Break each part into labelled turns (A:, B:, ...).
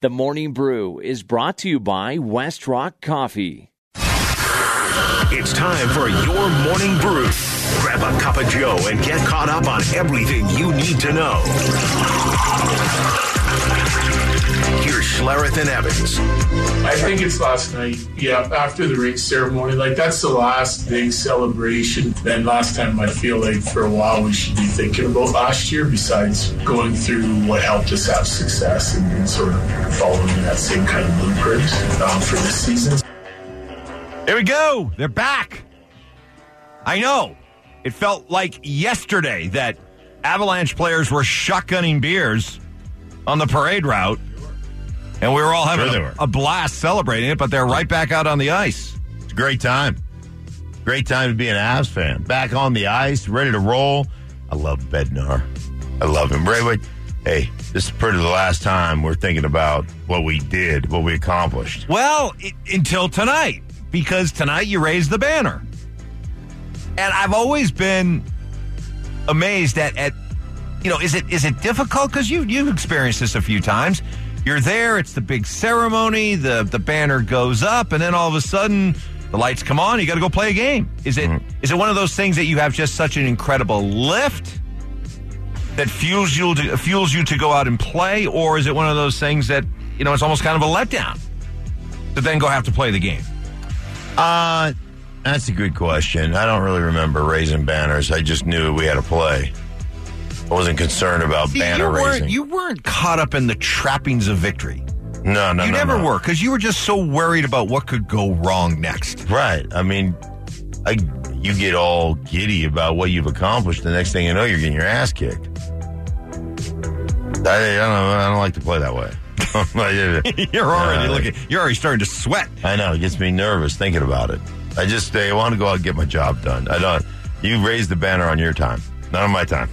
A: The Morning Brew is brought to you by West Rock Coffee.
B: It's time for your morning brew. Grab a cup of Joe and get caught up on everything you need to know. Here's Schlereth and Evans.
C: I think it's last night. Yeah, after the ring ceremony, like that's the last big celebration. And last time I feel like for a while we should be thinking about last year. Besides going through what helped us have success and, and sort of following that same kind of blueprint um, for this season.
D: There we go. They're back. I know. It felt like yesterday that Avalanche players were shotgunning beers on the parade route, and we were all having
E: Sure they
D: a-
E: were.
D: a, blast celebrating it, but they're right back out on the ice.
E: It's a great time. Great time to be an Avs fan. Back on the ice, ready to roll. I love Bednar. I love him. Ray, wait, hey, this is pretty the last time we're thinking about what we did, what we accomplished.
D: Well, i until tonight, because tonight you raised the banner. And I've always been amazed at, at you know, is it is it difficult? Because you you've experienced this a few times. You're there, it's the big ceremony, the the banner goes up, and then all of a sudden the lights come on, you gotta go play a game. Is it is it one of those things that you have just such an incredible lift? That fuels you to fuels you to go out and play, or is it one of those things that you know it's almost kind of a letdown? to then go have to play the game.
E: Uh, that's a good question. I don't really remember raising banners. I just knew we had to play. I wasn't concerned about banner
D: you
E: raising.
D: weren't you weren't caught up in the trappings of victory.
E: no, no,
D: You
E: no,
D: never
E: no.
D: were because you were just so worried about what could go wrong next.
E: Right. I mean, I you get all giddy about what you've accomplished. The next thing you know, you're getting your ass kicked. I, I don't. know. I don't like to play that way.
D: You're already
E: No, I-
D: looking. You're already starting to sweat.
E: I know it gets me nervous thinking about it. I just I want to go out and get my job done. I don't. You raised the banner on your time, not on my time.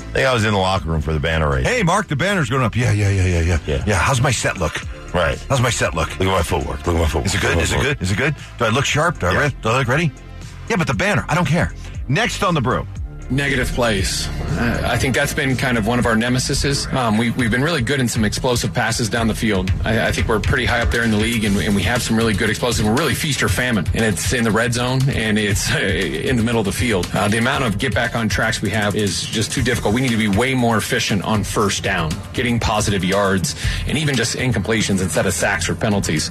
E: I think I was in the locker room for the banner race.
D: Hey, Mark, the banner's going up. Yeah, yeah, yeah, yeah, yeah,
E: Yeah.
D: Yeah. How's my set look?
E: Right.
D: How's my set look?
E: Look at my footwork. Look at my footwork.
D: Is it good?
E: Look at my
D: Is it
E: footwork.
D: good? Is it good? Do I look sharp? Do I,
E: Yeah.
D: re- do I look ready? Yeah, but the banner, I don't care. Next on the brew.
F: negative plays. Uh, I think that's been kind of one of our nemesises. Um, we, we've been really good in some explosive passes down the field. I, I think we're pretty high up there in the league, and, and we have some really good explosive. We're really feast or famine, and it's in the red zone and it's uh, in the middle of the field. Uh, the amount of get back on tracks we have is just too difficult. We need to be way more efficient on first down, getting positive yards, and even just incompletions instead of sacks or penalties.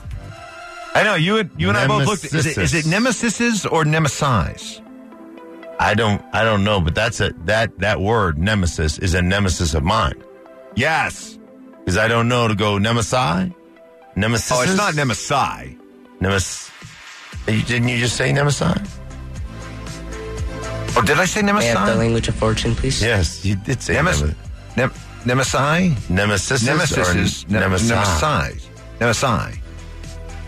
D: I know you and you and I both looked. Is it, is it
E: Nemesises.
D: nemesises or nemesize?
E: I don't. I don't know. But that's a that that word nemesis is a nemesis of mine.
D: Yes.
E: because I don't know to go Nemesi, Nemesis.
D: Oh, it's not nemesi.
E: Nemes. You- Didn't you just say Nemesi?
D: Oh, did I say nemesi?
G: May I have the language of fortune, please?
E: Yes, you did say
D: Nemes-
E: Nemes-
D: Nem- Nemesi?
E: Nemesis.
D: Nemesis is
E: or Nemesi.
D: Nemesi. Nemesi.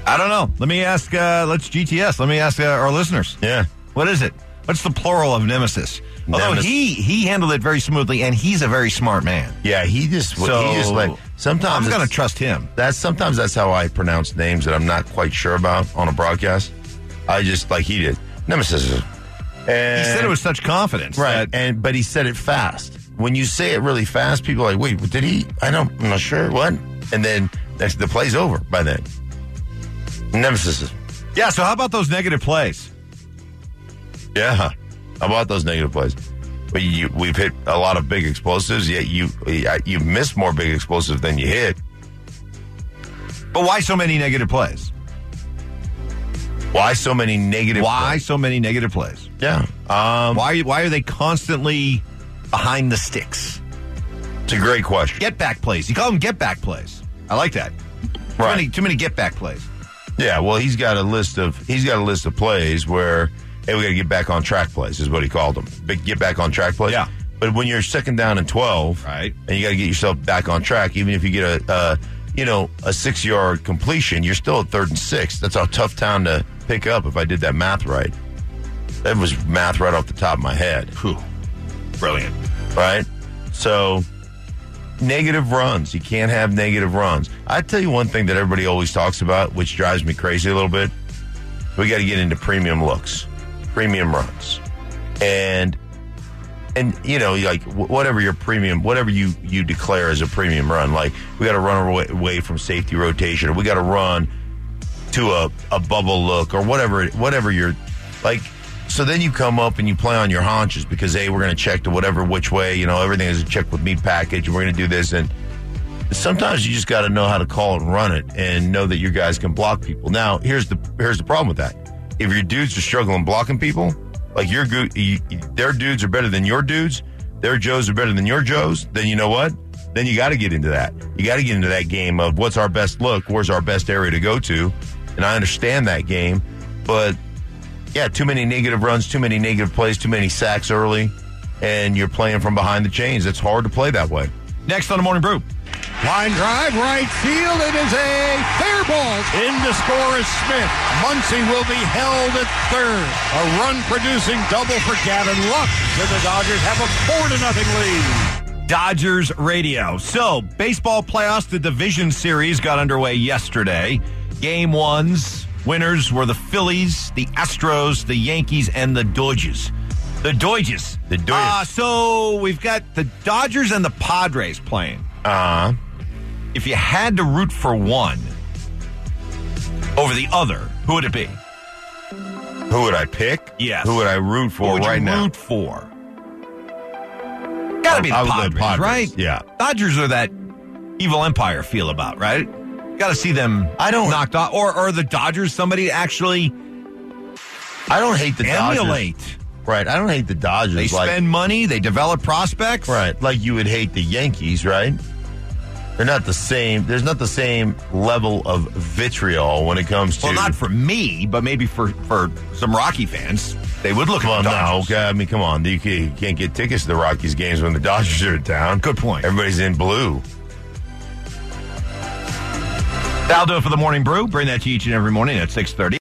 D: I don't know. Let me ask, uh, let's GTS. Let me ask uh, our listeners.
E: Yeah.
D: What is it? What's the plural of nemesis? Although
E: Nemes-
D: he he handled it very smoothly, and he's a very smart man.
E: Yeah, he just
D: So-
E: he just like sometimes
D: I'm going
E: it's-
D: to trust him.
E: That's sometimes that's how I pronounce names that I'm not quite sure about on a broadcast. I just like he did Nemesis.
D: He
E: And
D: said it with such confidence.
E: right,
D: that-
E: and but he said it fast. When you say it really fast, people are like, "Wait, did he? I don't. I'm not sure what." And then that's, the play's over by then. Nemesis.
D: yeah. So how about those negative plays?
E: Yeah, about those negative plays. But you, we've hit a lot of big explosives. Yet you you miss more big explosives than you hit.
D: But why so many negative plays?
E: Why so many negative?
D: Why
E: plays?
D: so many negative plays?
E: Yeah. Um,
D: Why why are they constantly behind the sticks?
E: it's a great question.
D: Get back plays. You call them get back plays. I like that. Too
E: Right.
D: many, too many get back plays.
E: Yeah. Well, he's got a list of he's got a list of plays where hey, we got to get back on track plays is what he called them. Big get back on track plays.
D: Yeah.
E: But when you're second down and twelve,
D: Right.
E: and you got to get yourself back on track, even if you get a, a you know a six yard completion, you're still at third and six. That's a tough town to pick up. If I did that math right, that was math right off the top of my head
D: Whew. Brilliant.
E: right? So negative runs. You can't have negative runs. I tell you one thing that everybody always talks about, which drives me crazy a little bit. We got to get into premium looks, premium runs, and and you know, like wh- whatever your premium, whatever you you declare as a premium run, like we got to run away, away from safety rotation, or we got to run to a, a bubble look, or whatever whatever you're like. So then you come up and you play on your haunches because hey, we're going to check to whatever which way you know everything is a check with me package. and We're going to do this, and sometimes you just got to know how to call and run it, and know that your guys can block people. Now here's the here's the problem with that: if your dudes are struggling blocking people, like your goo- you, their dudes are better than your dudes, their Joes are better than your Joes, then you know what? Then you got to get into that. You got to get into that game of what's our best look, where's our best area to go to, and I understand that game, but yeah, too many negative runs, too many negative plays, too many sacks early, and you're playing from behind the chains. It's hard to play that way.
D: Next on the morning brew.
G: Line drive, right field. It is a fair ball. In to score is Smith. Muncie will be held at third. A run producing double for Gavin Lux. And the Dodgers have a 4 to nothing lead.
D: Dodgers Radio. So, baseball playoffs, the division series got underway yesterday. Game ones, winners were the Phillies, the Astros, the Yankees, and the Dodgers. The Dodgers.
E: The Dodgers.
D: Uh, so, we've got the Dodgers and the Padres playing. Uh-huh.
E: Uh,
D: If you had to root for one over the other, who would it be?
E: who would I pick?
D: Yes.
E: Who would I root
D: who
E: for
D: would
E: right
D: you
E: now?
D: root for? Gotta be the
E: I would
D: Padres,
E: go Padres,
D: right?
E: yeah.
D: Dodgers are that evil empire feel about, right? Got to see them.
E: I don't-
D: knocked off, or or the Dodgers somebody actually
E: I don't hate the Dodgers.
D: emulate.
E: Right. I don't hate the Dodgers.
D: They
E: like,
D: spend money, they develop prospects,
E: Right. Like you would hate the Yankees, right? They're not the same. There's not the same level of vitriol when it comes to.
D: Well, not for me, but maybe for for some Rocky fans, they would look
E: well,
D: at the
E: no.
D: Dodgers.
E: Okay, I mean, come on. You can't, you can't get tickets to the Rockies games when the Dodgers are in town.
D: Good point.
E: Everybody's in blue.
D: That'll do it for the morning brew. Bring that to you each and every morning at six thirty.